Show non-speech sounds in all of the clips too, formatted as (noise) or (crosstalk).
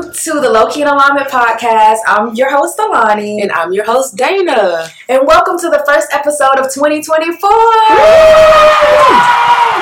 Loki and Alignment podcast. I'm your host, Alani. And I'm your host, Dana. And welcome to the first episode of 2024.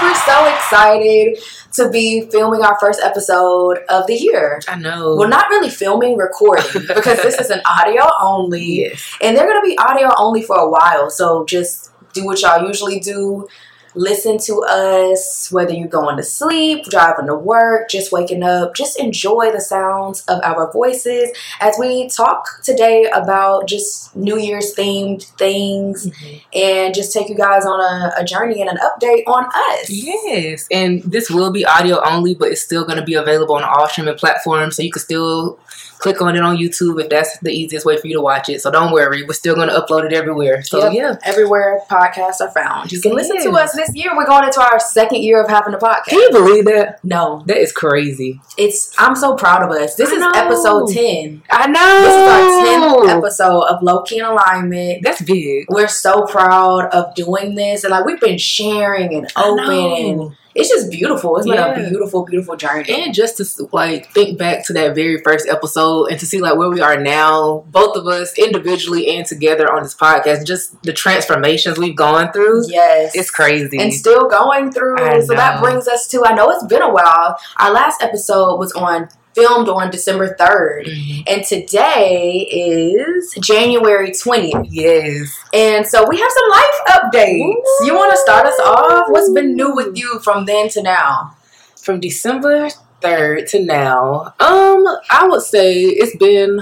We're so excited to be filming our first episode of the year. I know. Well, not really filming, recording, because this is an audio only. Yes. And they're going to be audio only for a while. So just do what y'all usually do. Listen to us, whether you're going to sleep, driving to work, just waking up. Just enjoy the sounds of our voices as we talk today about just New Year's themed things and just take you guys on a, a journey and an update on us. Yes. And this will be audio only, but it's still going to be available on all streaming platforms. So you can still click on it on YouTube if that's the easiest way for you to watch it. So don't worry. We're still going to upload it everywhere. So Yep. yeah. Everywhere podcasts are found. You can listen to Yes. us this year. We're going into our second year of having a Can podcast. you believe that? No, That is crazy. it's I'm so proud of us. This I is know. episode 10. I know. This is our Oh. 10th episode of Low Key in Alignment. That's big. We're so proud of doing this. And like we've been sharing and I open. know. And it's just beautiful. It's been Yeah. a beautiful, beautiful journey. and just to like think back to that very first episode and to see like where we are now both of us individually and together on this podcast just the transformations we've gone through yes. it's crazy and still going through. I so that know. brings us to I know it's been a while. Our last episode was on filmed on December 3rd. Mhm. And today is January 20th. yes And so we have some life updates. You want to start us off? What's been new with you from then to now? from december 3rd to now um i would say it's been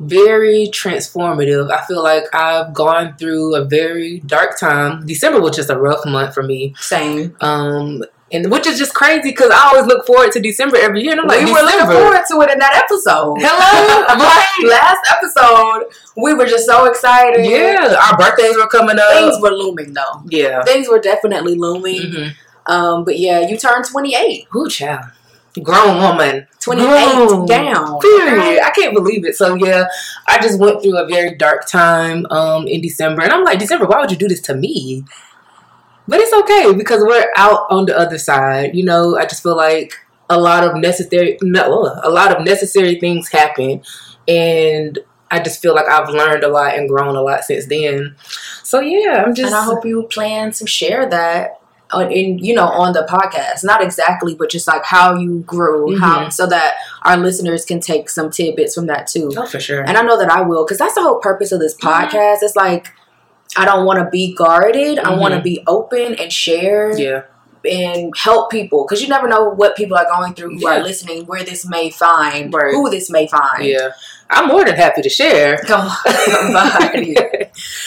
very transformative i feel like i've gone through a very dark time december was just a rough month for me Same. um and which is just crazy because i always look forward to december every year and i'm like we were looking "December?" forward to it in that episode. (laughs) Hello? Right. Last episode, we were just so excited. Yeah, our birthdays were coming up. Things were looming though. yeah. Things were definitely looming. Mm-hmm. Um, but yeah, you turned 28. Ooh, child. Grown woman. 28 Grown. down. Period. I can't believe it. So yeah, I just went through a very dark time um, in December, and I'm like, December, why would you do this to me? But it's okay because we're out on the other side. You know, I just feel like a lot of necessary, no, a lot of necessary things happen, and I just feel like I've learned a lot and grown a lot since then. So yeah, I'm just. and I hope you plan to share that on in you know on the podcast. Not exactly, but just like how you grew, Mm-hmm. how so that our listeners can take some tidbits from that too. Oh, for sure. And I know that I will, because that's the whole purpose of this Mm-hmm. podcast. It's like I don't want to be guarded. I want to Mhm. be open and share Yeah. and help people, because you never know what people are going through who are Yeah. listening, where this may find, Right. who this may find. Yeah. I'm more than happy to share. (laughs) Come (laughs) on,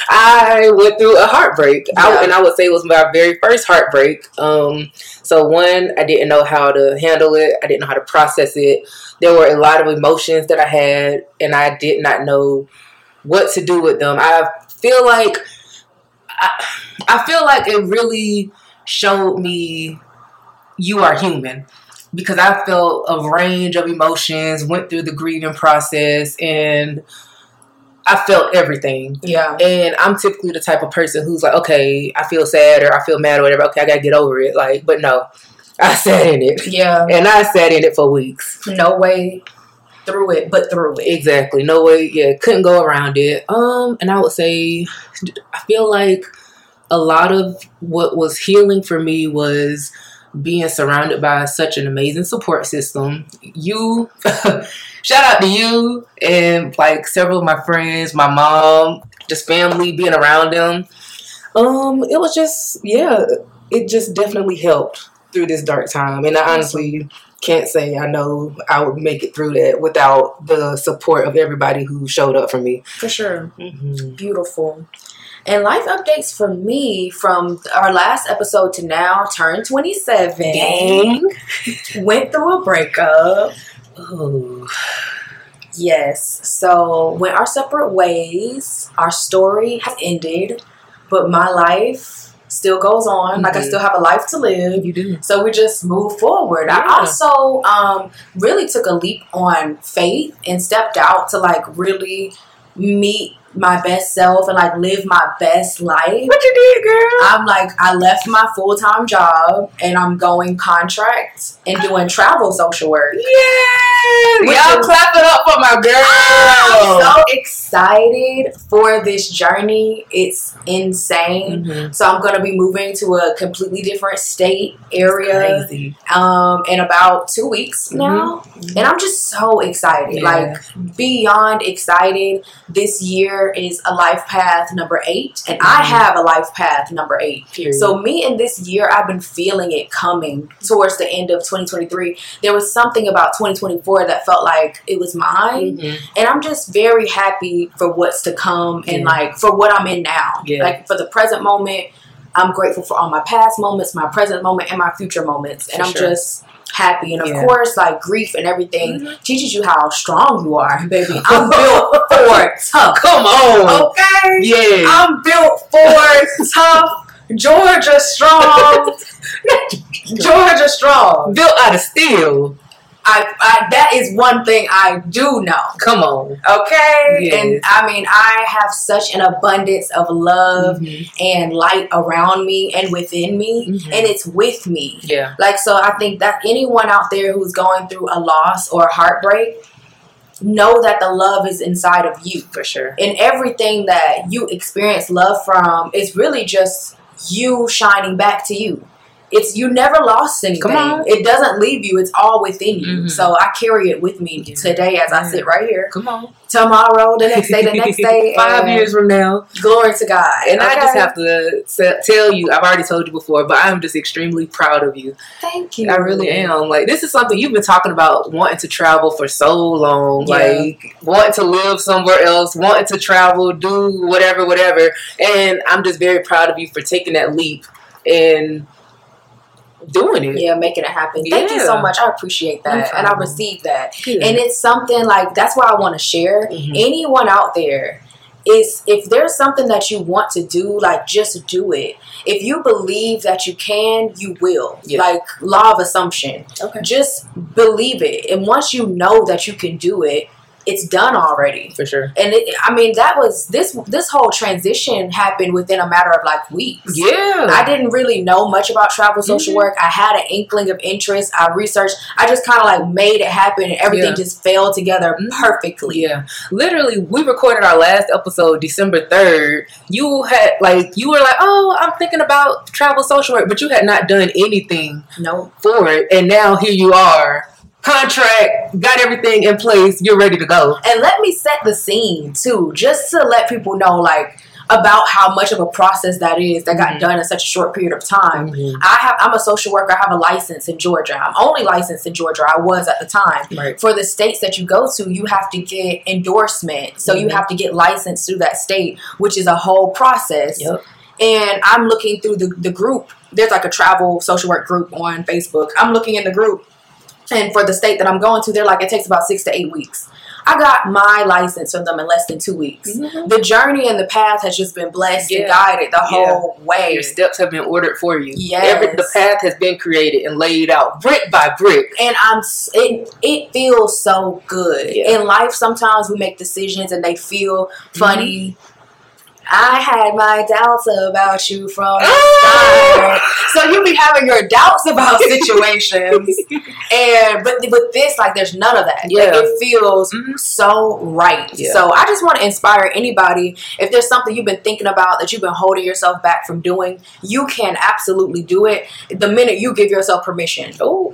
I went through a heartbreak, Yeah. I, and I would say it was my very first heartbreak. Um, so one, I didn't know how to handle it. I didn't know how to process it. There were a lot of emotions that I had, and I did not know what to do with them. I feel like I, I feel like it really showed me you are human because I felt a range of emotions, went through the grieving process, and I felt everything. yeah, And I'm typically the type of person who's like, okay, I feel sad or I feel mad or whatever. Okay, I gotta get over it. Like, but no, I (laughs) sat in it, yeah. and I sat in it for weeks. No way through it, but through it. Exactly. No way. Yeah, couldn't go around it. Um, and I would say, I feel like a lot of what was healing for me was being surrounded by such an amazing support system. You, (laughs) shout out to you and like several of my friends, my mom, just family, being around them. Um, it was just yeah, it just definitely helped through this dark time, and I honestly can't say I know I would make it through that without the support of everybody who showed up for me. For sure. Mm-hmm. Beautiful. And life updates for me from our last episode to now, turned 27, Dang. went through a breakup. Ooh. Yes. So, went our separate ways. Our story has ended, but my life still goes on. Like, I Mhm. still have a life to live. You do. So, we just move forward. Yeah. I also um, really took a leap on faith and stepped out to like really meet my best self and like live my best life. What you did, girl? I'm like, I left my full time job and I'm going contract and doing travel social work. Yes! Which Y'all is- clap it up for my I'm girl. so excited for this journey. It's insane. Mhm. So I'm gonna be moving to a completely different state area Crazy. um, in about two weeks now, and I'm just so excited, Mm-hmm. Yeah. like beyond excited. This year is a life path number eight, and I Mhm. have a life path number eight. Period. So me in this year, I've been feeling it coming towards the end of 2023. There was something about 2024 that felt like it was mine Mhm. and I'm just very happy for what's to come and Yeah. like for what I'm in now. Yeah. Like for the present moment, I'm grateful for all my past moments, my present moment, and my future moments. And For I'm sure. just happy. And of Yeah. Mm-hmm. course, like grief and everything teaches you how strong you are, baby. I'm (laughs) built for tough. Come Oh, on. Okay. Yeah. I'm built for tough. Georgia (laughs) strong. Georgia strong. Built out of steel. I, I that is one thing I do know. Come on. Okay. Yes. And I mean, I have such an abundance of love Mm-hmm. and light around me and within me, Mhm. and it's with me. Yeah. Like, so I think that anyone out there who's going through a loss or a heartbreak, know that the love is inside of you. For sure. And everything that you experience love from is really just you shining back to you. It's you never lost anything. Come on. It doesn't leave you. It's all within you. Mhm. So I carry it with me Yeah. today as I Yeah. sit right here Come on. tomorrow, the next (laughs) day, the next day. Five and years from now. Glory to God. And I uh, Okay. just have to se- tell you, I've already told you before, but I'm just extremely proud of you. Thank you. I really am. Like, this is something you've been talking about wanting to travel for so long. Yeah. Like, wanting to live somewhere else, wanting to travel, do whatever, whatever. And I'm just very proud of you for taking that leap and doing it. Yeah, making it happen. Thank you Yeah. so much. I appreciate No that. And I problem. received that. Good. And it's something like that's why I want to share. Mhm. Anyone out there is if there's something that you want to do, like just do it. If you believe that you can, you will. Yeah. Like law of assumption. Okay. Just believe it. And once you know that you can do it, it's done already. for sure. and it, I mean that was this this whole transition happened within a matter of like weeks. Yeah. I didn't really know much about travel social Mhm. work. I had an inkling of interest. I researched. I just kind of like made it happen, and everything Yeah. just fell together Mhm. perfectly. Yeah, literally, we recorded our last episode December third. You had like you were like, oh, I'm thinking about travel social work, but you had not done anything No, for it, and now here you are, contract, got everything in place, you're ready to go. and let me set the scene too, just to let people know like about how much of a process that is that got Mhm. done in such a short period of time. I have. I'm a social worker. I have a license in Georgia. I'm only licensed in Georgia. I was at the time. Right. for the states that you go to, you have to get endorsement. So you Mhm. have to get licensed through that state, which is a whole process. Yep. And I'm looking through the, the group. There's like a travel social work group on Facebook. I'm looking in the group. And for the state that I'm going to, they're like, it takes about six to eight weeks. I got my license from them in less than two weeks. The journey and the path has just been blessed Mm-hmm. Yeah. and guided the Yeah. whole way. Your steps have been ordered for you. Yes. Every, the path has been created and laid out brick by brick. and I'm s- it it feels so good. Yeah. In life sometimes we make decisions and they feel funny. I had my doubts about you from the start. Ah! So you be having your doubts about (laughs) situations. and but with this like there's none of that. Yeah. Like, it feels Mhm. so right. Yeah. So I just want to inspire anybody if there's something you've been thinking about that you've been holding yourself back from doing, you can absolutely do it the minute you give yourself permission. Oh,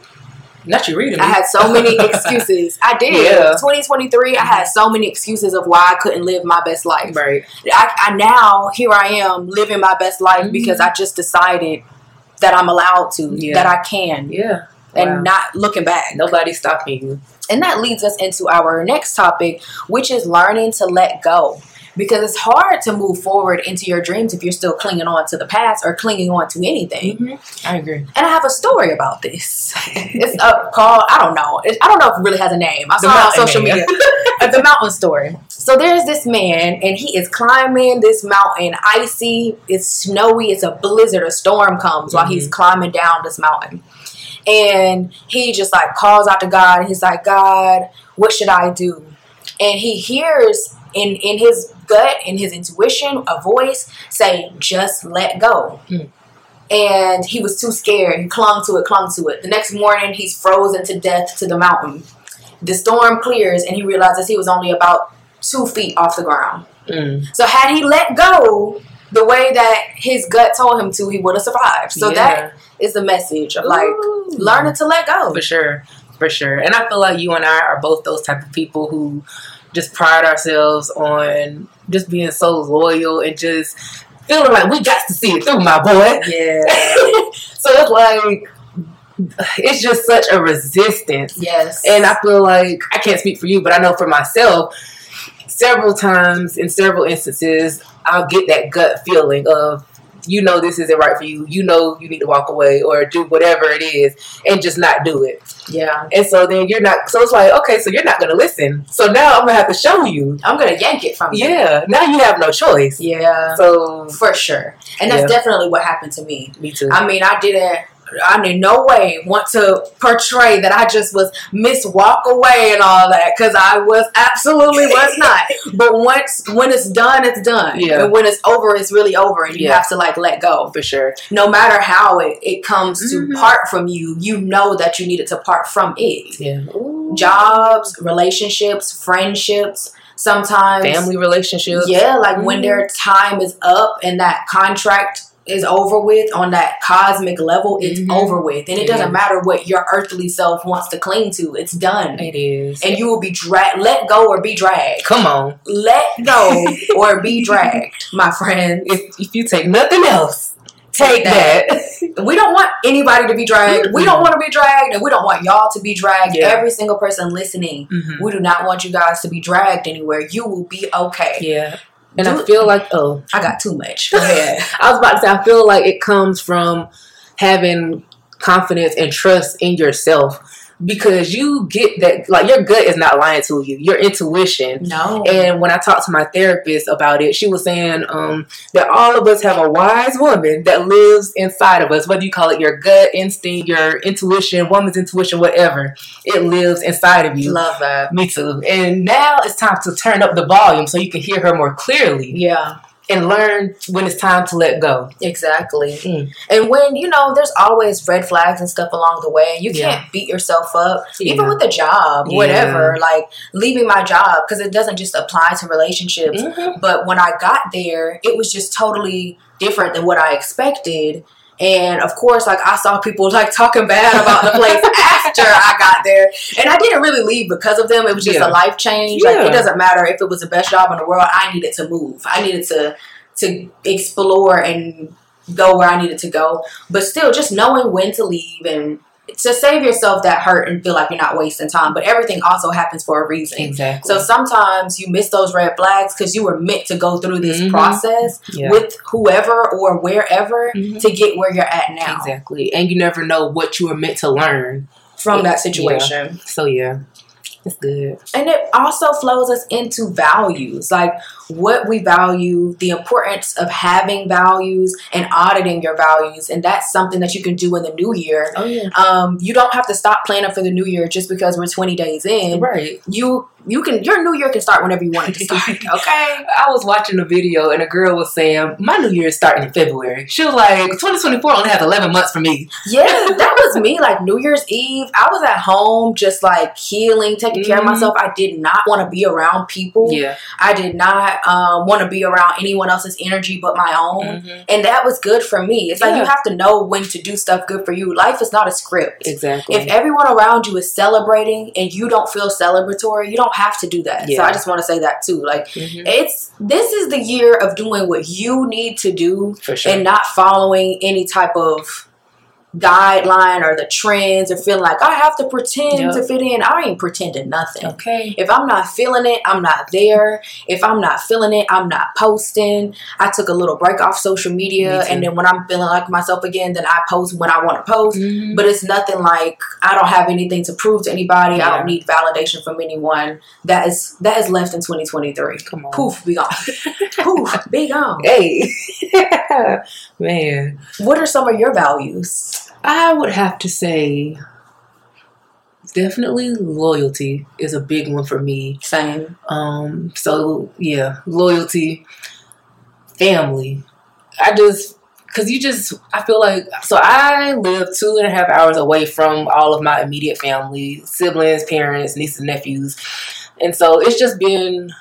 not you reading. I me. had so many (laughs) excuses. I did. Yeah. 2023, I had so many excuses of why I couldn't live my best life. Right. I, I now here I am living my best life Mm-hmm. because I just decided that I'm allowed to, Yeah. that I can, Yeah. and Wow. not looking back. Nobody's stopping you. And that leads us into our next topic, which is learning to let go. Because it's hard to move forward into your dreams if you're still clinging on to the past or clinging on to anything. I agree. And I have a story about this. (laughs) It's uh, called, I don't know. It, I don't know if it really has a name. I The saw it on mountain social man. media. Uh, the mountain story. So there's this man, and he is climbing this mountain. Icy, it's snowy, it's a blizzard, a storm comes while he's climbing down this mountain. And he just like calls out to God. and He's like, God, what should I do? And he hears in in his gut, in his intuition, a voice say, "Just let go." Mm. And he was too scared. He clung to it, clung to it. The next morning, he's frozen to death to the mountain. The storm clears, and he realizes he was only about two feet off the ground. (laughs) Mm. So had he let go the way that his gut told him to, he would have survived. So that is the message of like Ooh. learning to let go. for sure, for sure. And I feel like you and I are both those type of people who just pride ourselves on just being so loyal and just feeling like we got to see it through, my boy. (laughs) Yeah. so it's like it's just such a resistance. (laughs) yes. And I feel like I can't speak for you, but I know for myself, several times in several instances, I'll get that gut feeling of you know this isn't right for you. You know you need to walk away or do whatever it is and just not do it. yeah. And so then you're not so it's like, okay, so you're not gonna listen. So now I'm gonna have to show you. I'm gonna yank it from you. Yeah. Now you have no choice. Yeah. So For sure. And that's definitely what happened to me. me too. I mean, I didn't. I in no way want to portray that I just was Miss Walk Away and all that because I was absolutely was (laughs) not. But once when it's done, it's done. Yeah. And when it's over, it's really over, and you Yeah. have to like let go. for sure. No matter how it, it comes Mhm. to part from you, you know that you needed to part from it. Yeah. Jobs, relationships, friendships, sometimes Family relationships. yeah, like Mhm. when their time is up and that contract is over with on that cosmic level, it's Mhm. over with. And it, It doesn't is. matter what your earthly self wants to cling to, it's done. It is. And you will be dragged, let go or be dragged. Come on. Let (laughs) go or be dragged, my friend. If, if you take nothing else, take that. (laughs) We don't want anybody to be dragged. We don't Mhm. want to be dragged, and we don't want y'all to be dragged. Yeah. Every single person listening, Mhm. we do not want you guys to be dragged anywhere. You will be okay. Yeah. And Do- I feel like oh I got too much. (laughs) Go ahead. (laughs) I was about to say I feel like it comes from having confidence and trust in yourself. Because you get that like your gut is not lying to you. Your intuition no. And when I talked to my therapist about it, she was saying um, that all of us have a wise woman that lives inside of us, whether you call it your gut instinct, your intuition, woman's intuition, whatever, it lives inside of you. Love that. Me too. And now it's time to turn up the volume so you can hear her more clearly Yeah, and learn when it's time to let go. exactly. Mm. And when, you know, there's always red flags and stuff along the way, and you Yeah. can't beat yourself up, even Yeah. with a job, Yeah. whatever, like leaving my job, because it doesn't just apply to relationships. But when I got there, it was just totally different than what I expected. And of course, like I saw people like talking bad about the (laughs) place after I got there. And I didn't really leave because of them. It was just Yeah. a life change. Like Yeah. it doesn't matter if it was the best job in the world, I needed to move. I needed to to explore and go where I needed to go. But still just knowing when to leave and to save yourself that hurt and feel like you're not wasting time. But everything also happens for a reason. Exactly. So sometimes you miss those red flags because you were meant to go through this Mhm. process yeah. with whoever or wherever Mhm. to get where you're at now Exactly. And you never know what you were meant to learn. from that Yeah. situation. So, yeah, it's good. And it also flows us into values, like what we value, the importance of having values and auditing your values. And that's something that you can do in the new year. Oh, yeah. Um, you don't have to stop planning for the new year just because we're 20 days in. Right. You you can your new year can start whenever you (laughs) want it to start. Okay, I was watching a video and a girl was saying, My new year is starting in February. She was like, 2024 only has 11 months for me. Yeah, that was me. Like New Year's Eve, I was at home just like healing, taking care of Mhm. myself. I did not want to be around people. Yeah. I did not um, want to be around anyone else's energy but my own. And that was good for me. It's like you Mm-hmm. Yeah. have to know when to do stuff good for you. Life is not a script. Exactly. If everyone around you is celebrating and you don't feel celebratory, you don't have to do that. So Yeah. I just want to say that too. Like Mm-hmm. it's this is the year of doing what you need to do For sure. and not following any type of guideline or the trends or feeling like I have to pretend Yep. to fit in. I ain't pretending nothing. okay. If I'm not feeling it, I'm not there. If I'm not feeling it, I'm not posting. I took a little break off social media Me too. and then when I'm feeling like myself again, then I post when I want to post. Mm-hmm. But it's nothing like I don't have anything to prove to anybody. I Yeah. don't need validation from anyone. That is that is left in 2023. Come on. Poof, be (laughs) gone. Poof, be gone. Hey. (laughs) Man. What are some of your values? I would have to say definitely loyalty is a big one for me. Same. Um, so yeah, loyalty, family. I just because you just I feel like so I live two and a half hours away from all of my immediate family, siblings, parents, nieces, nephews, and so it's just been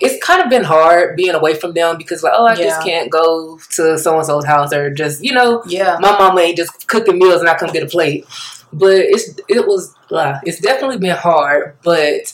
it's kind of been hard being away from them because like oh I Yeah. just can't go to so and so's house or just you know Yeah. my mama ain't just cooking meals and I come get a plate. But it's it was uh, it's definitely been hard, but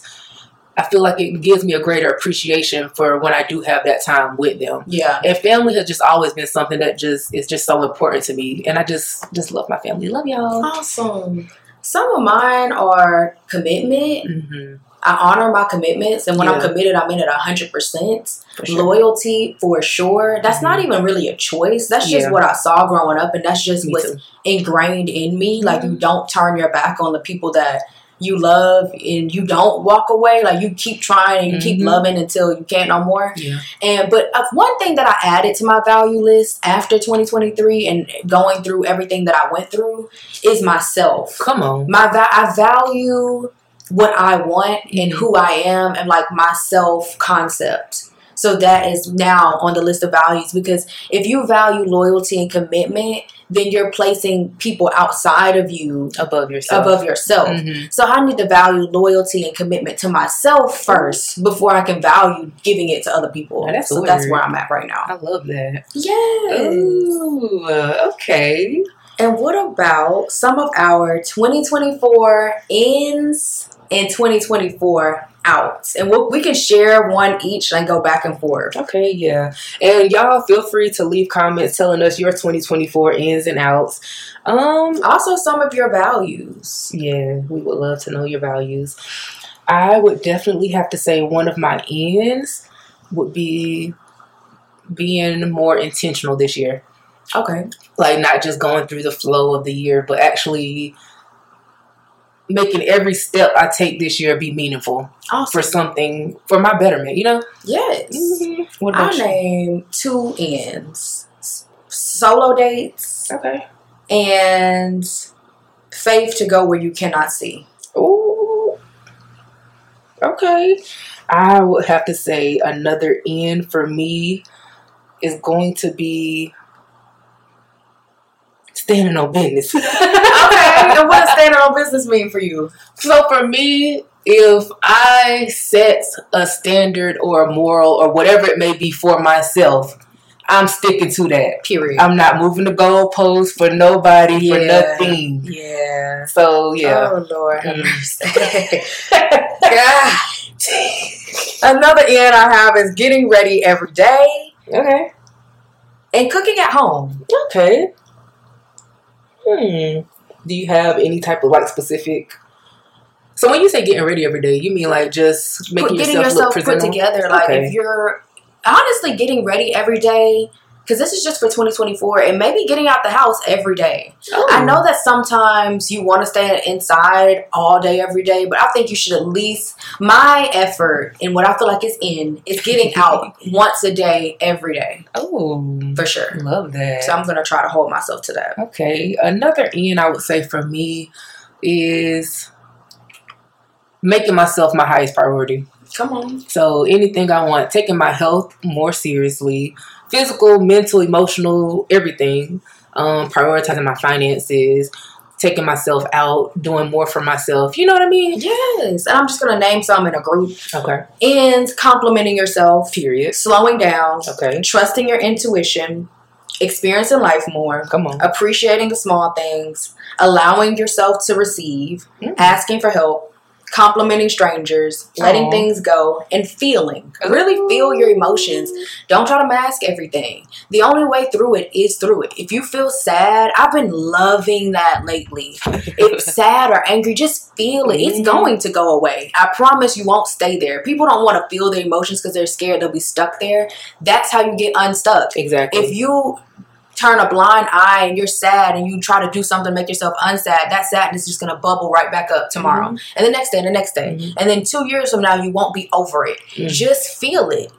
I feel like it gives me a greater appreciation for when I do have that time with them. Yeah. And family has just always been something that just is just so important to me, and I just just love my family. Love y'all. Awesome. Some of mine are commitment. Mm-hmm. I honor my commitments, and when I'm Yeah. committed, I'm in it 100%. For sure. Mm-hmm. Loyalty, for sure. That's not even really a choice. That's just Yeah. what I saw growing up, and that's just Me what's too. ingrained in me. Like, you don't turn your back on the people that you love, and you don't walk away. Like, you keep trying and you keep Mhm. loving until you can't no more. Yeah. And but of one thing that I added to my value list after 2023 and going through everything that I went through is myself. Come on. My va- I value what I want and who I am and like my self concept. So that is now on the list of values because if you value loyalty and commitment, then you're placing people outside of you Above yourself. above yourself. Mhm. So I need to value loyalty and commitment to myself first before I can value giving it to other people. Now, that's so that's weird. where I'm at right now. I love that. Yes. Ooh, uh, okay. And what about some of our 2024 ins and 2024 outs? And we'll, we can share one each and go back and forth. Okay, yeah. And y'all feel free to leave comments telling us your 2024 ins and outs. Um Also, some of your values. yeah, we would love to know your values. I would definitely have to say one of my ins would be being more intentional this year. Okay. Like not just going through the flow of the year, but actually making every step I take this year be meaningful Awesome. for something for my betterment, you know? Yes. Mm-hmm. What I about you? name two ends S- solo dates Okay. and faith to go where you cannot (laughs) see. Ooh. Okay. I would have to say another in for me is going to be standing on business. (laughs) Okay, and what does standing on business mean for you? So for me, if I set a standard or a moral or whatever it may be for myself, I'm sticking to that. Period. I'm not moving the goalposts for nobody, for Yeah. nothing. yeah. So yeah. Oh Lord, (laughs) (laughs) have Mm. mercy. God. Another end I have is getting ready every day okay. and cooking at home. Okay. Hmm. Do you have any type of like specific? So when you say getting ready every day, you mean like just making Put- getting yourself, yourself look put presentable? together. Like Okay. if you're honestly getting ready every day, because this is just for 2024, and maybe getting out the house every day. Oh. I know that sometimes you want to stay inside all day, every day, but I think you should at least. My effort and what I feel like is in is (laughs) getting out once a day, every day, Oh, for sure. love that. So I'm going to try to hold myself to that. okay, another end I would say for me is making myself my highest priority. Come on. So anything I want, taking my health more seriously, physical, mental, emotional, everything. Um, prioritizing my finances, taking myself out, doing more for myself. You know what I mean? Yes. And I'm just going to name some in a group. Okay. And complimenting yourself, Period. slowing down, Okay. trusting your intuition, experiencing life more, Come on. appreciating the small things, allowing yourself to receive. Mm. asking for help, complimenting strangers, letting Aw. things go, and feeling. Really feel your emotions. Don't try to mask everything. The only way through it is through it. If you feel sad, I've been loving that lately. If sad or angry, just feel it. It's Mhm. going to go away. I promise you won't stay there. People don't want to feel their emotions because they're scared they'll be stuck there. That's how you get unstuck Exactly. if you turn a blind eye and you're sad and you try to do something to make yourself unsad, that sadness is just gonna bubble right back up tomorrow and the next day and the next day. Mhm. And then two years from now you won't be over it. Mhm. Just feel it.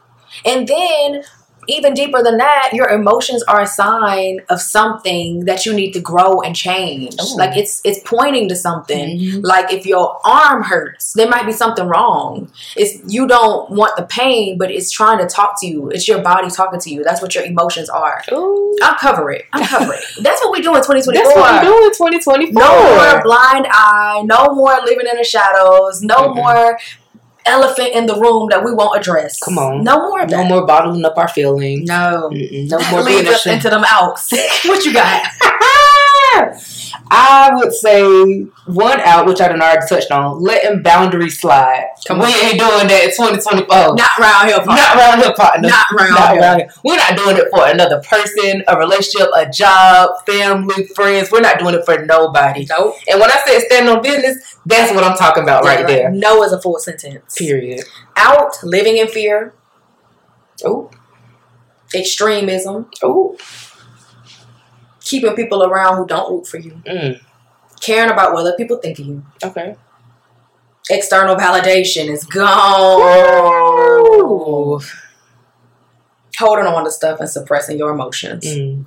And then even deeper than that, your emotions are a sign of something that you need to grow and change. Ooh. Like it's it's pointing to something. Mhm. Like if your arm hurts, there might be something wrong. It's you don't want the pain, but it's trying to talk to you. It's your body talking to you. That's what your emotions are. Ooh. I'll cover it. I'll cover (laughs) it. That's what we do in 2024. That's what we do in 2024. No more blind eye, no more living in the shadows, no Mm-mm. more elephant in the room that we won't address. Come on. No more of No that. more bottling up our feelings. No. Mm-mm. No That more being leads us ashamed. into them outs. (laughs) what you got? (laughs) I would say one out, which I done already touched on, letting boundaries slide. Come we on. ain't doing that in 2024. Not round here, Paul. Not around here, partner. Not round Not here. around here. We're not doing it for another person, a relationship, a job, family, friends. We're not doing it for nobody. Nope. And when I said stand on business, that's what I'm talking about right, there. No is a full sentence. Period. Out, living in fear, Oh, extremism, oh, keeping people around who don't root for you, mm. caring about what other people think of you. okay. External validation is gone. Ooh. Holding on to stuff and suppressing your emotions. Mm.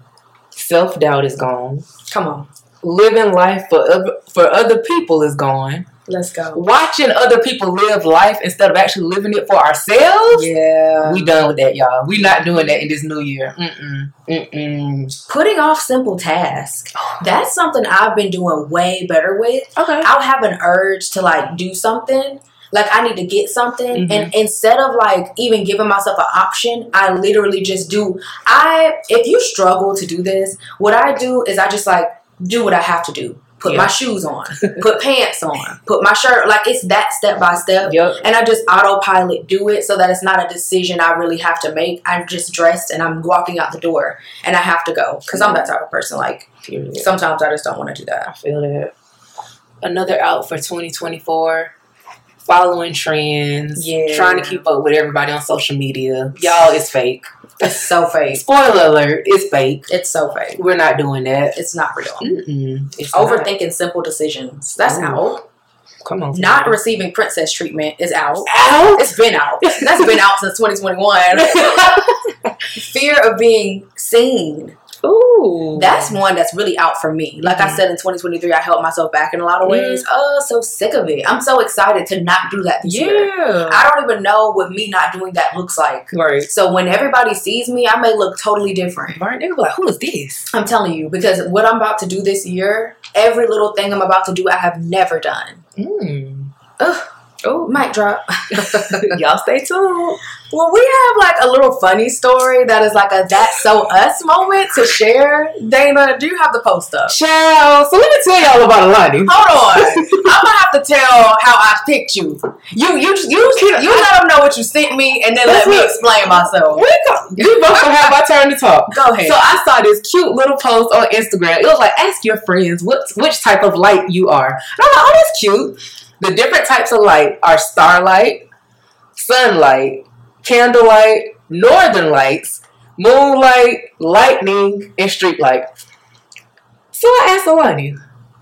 Self doubt is gone. Come on, Living life for oth- for other people is gone. let's go. Watching other people live life instead of actually living it for ourselves. Yeah. We done with that, y'all. We not doing that in this new year. Mm-mm. Mm-mm. Putting off simple (sighs) tasks. That's something I've been doing way better with. Okay. I'll have an urge to like do something. Like I need to get something, and instead of like even giving myself an option, I literally just do. I if you struggle to do this, what I do is I just like do what I have to do. Put Yeah. my shoes on, put pants on, put my shirt. Like it's that step by step, Yep. and I just autopilot do it so that it's not a decision I really have to make. I'm just dressed and I'm walking out the door, and I have to go because I'm that type of person. Like Period. sometimes I just don't want to do that. I feel that. Another out for 2024. Following trends. Yeah. Trying to keep up with everybody on social media. Y'all, it's fake. It's so fake. Spoiler alert, it's fake. It's so fake. We're not doing that. It's not real. Mm-mm. It's not. Overthinking simple decisions. That's Ooh. out. Come on. Not receiving princess treatment is out. out. It's been out. That's been out since (laughs) 2021. Fear of being seen. Ooh. That's one that's really out for me. Like I Mhm. said in 2023, I held myself back in a lot of Mm-hmm. ways. Oh, so sick of it. I'm so excited to not do that this year. yeah. I don't even know what me not doing that looks like. Right. So when everybody sees me, I may look totally different. Right. They were like, "Who is this?" I'm telling you, because what I'm about to do this year, every little thing I'm about to do, I have never done. Mm. Ugh. Oh, Mic drop. (laughs) y'all stay tuned. well, we have like a little funny story that is like a that's so us moment to share. Dana, do you have the post up? Ciao. So let me tell y'all about Alani. Hold on, I'm gonna have to tell how I picked you. You you just- you you let them know what you sent me, and then let me explain myself. Oh, We go- we both gonna have our turn to talk. Go ahead. So I saw this cute little post on Instagram. It was like, ask your friends what which type of light you are. And I'm like, oh, that's cute. The different types of light are starlight, sunlight, candlelight, northern lights, moonlight, lightning, and street light. So I asked Alani.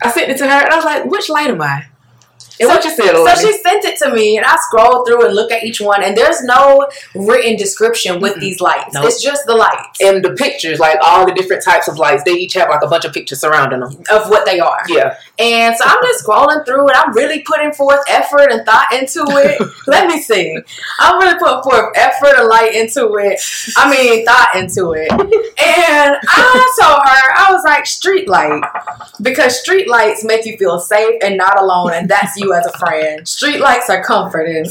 I sent it to her and I was like, which light am I? And So- what you said, So Alani? she sent it to me, and I scrolled through and looked at each one, and there's no written description with Mm-mm. these lights. Nope. It's just the lights and the pictures, like all the different types of lights, they each have like a bunch of pictures surrounding them. of what they are. Yeah. And so I'm just scrolling through and I'm really putting forth effort and thought into (laughs) it. Let me see. I'm really putting forth effort and light into it. I mean, thought into it. And I told her, I was like, street light. Because street lights make you feel safe and not alone, and that's you as a friend. Street lights are (laughs) comforting.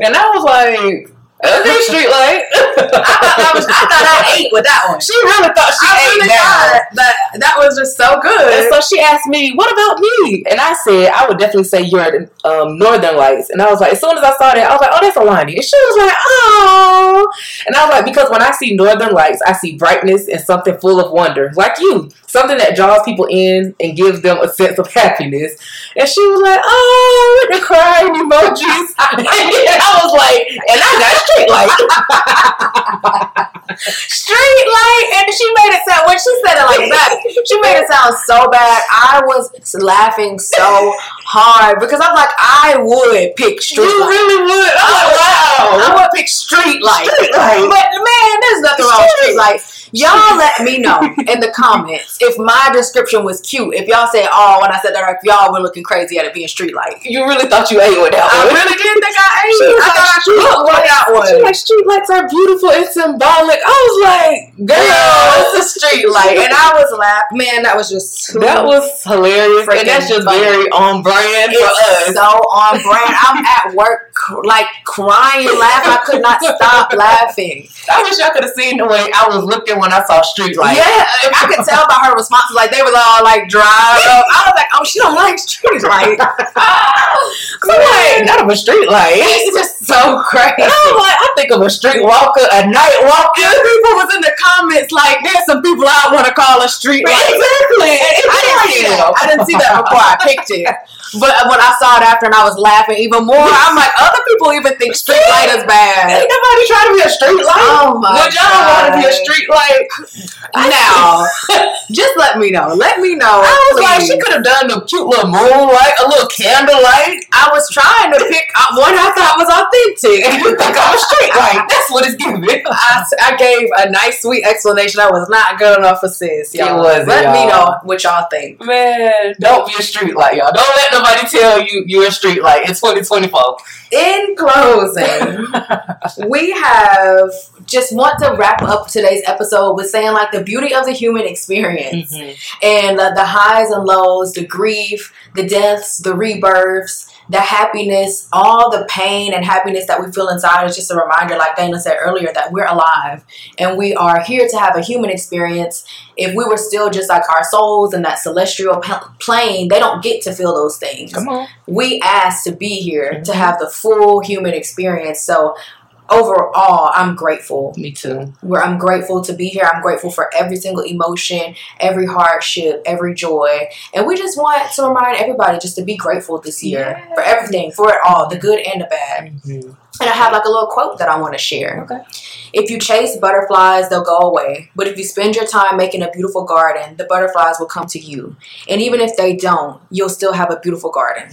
And I was like, okay, streetlight. I thought I, was, I, thought I ate with that one. (laughs) She really thought she I ate really that. thought that that was just so And good. so she asked me, "What about me?" And I said, "I would definitely say you're the, um, Northern Lights." And I was like, as soon as I saw that, I was like, "Oh, that's Alani." And she was like, "Oh," and I was like, because when I see Northern Lights, I see brightness and something full of wonder, like you, something that draws people in and gives them a sense of happiness. And she was like, "Oh," with the crying emojis. (laughs) and I was like, and I got straight like Street light and she made it sound when she said it like that. She made it sound so bad. I was laughing so hard because I'm like, I would pick You street. life. really would. I Oh wow. would pick street life. Street life. But man, there's nothing wrong with street life. Y'all let me know in the comments if my description was cute. If y'all said, oh, when I said that, if y'all were looking crazy at it being street life. You really thought you ate with that I one. really did think I ate Oh. it. She was I like, thought I "Street cooked what that She was. like street lights are beautiful and symbolic. I was like, Girl, girl, it's a street light. And I was laughing. Man, that was just too that was hilarious, Freaking and that's just funny. very on brand for It's us. so on brand. I'm at work, cr- like crying, laughing. I could not stop laughing. I wish y'all could have seen the way I was looking when I saw street lights. yeah, I could tell by her responses. Like they was all like dry. up. I was like, oh, she don't like street (laughs) lights. I'm like, not of a street light. It's just so crazy. I'm like, I think of a street walker, a night Yeah, walker. (laughs) people was in the comments like, there's some people I want to call a street light. Exactly. I didn't see that. I didn't see that before I picked it. But when I saw it after and I was laughing even more, I'm like, other people even think street light is bad. Ain't nobody trying to be a street light. Oh my Would y'all want to be a God. street light? Now, just let me know. Let me know. I was like, please. she could have done the cute little moonlight, a little candlelight. (laughs) I was trying to pick out one I thought was And authentic. you (laughs) think I'm a street light? That's what it's giving. I, I gave a nice, sweet explanation. I was not good enough for sis, It y'all. wasn't, Let me y'all. know what y'all think. Man, don't be a street light, y'all. Don't let nobody tell you you're a street light. It's (laughs) 2024. In closing, we have just want to wrap up today's episode with saying like the beauty of the human experience Mm-hmm. and uh, the highs and lows, the grief, the deaths, the rebirths, the happiness, all the pain and happiness that we feel inside is just a reminder, like Dana said earlier, that we're alive and we are here to have a human experience. If we were still just like our souls in that celestial p- plane, they don't get to feel those things on. we asked to be here to Mhm. have the full human experience. So overall, I'm grateful. Me too. Where I'm grateful to be here. I'm grateful for every single emotion, every hardship, every joy. And we just want to remind everybody just to be grateful this year for Yes. everything, for it all, the good and the bad. Mm-hmm. And I have like a little quote that I want to share. Okay. If you chase butterflies, they'll go away. But if you spend your time making a beautiful garden, the butterflies will come to you. And even if they don't, you'll still have a beautiful garden.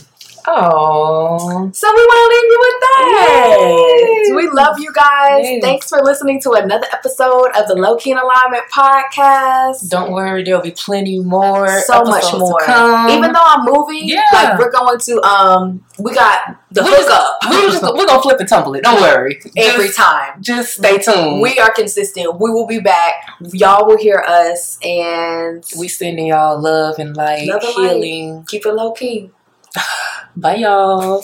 Oh. So we want to leave you with that. Yes. We love you guys. Yes. Thanks for listening to another episode of the Low Key and Alignment Podcast. Don't worry, there'll be plenty more. so much episodes to more. come. Even though I'm moving, Yeah. like we're going to um, we got the We just- hookup we're, just, we're gonna flip and tumble it. Don't worry. every just, time. Just stay tuned. We are consistent. We will be back. Y'all will hear us, and we sending y'all love and light, Love and light. healing. keep it low key. Bye, y'all.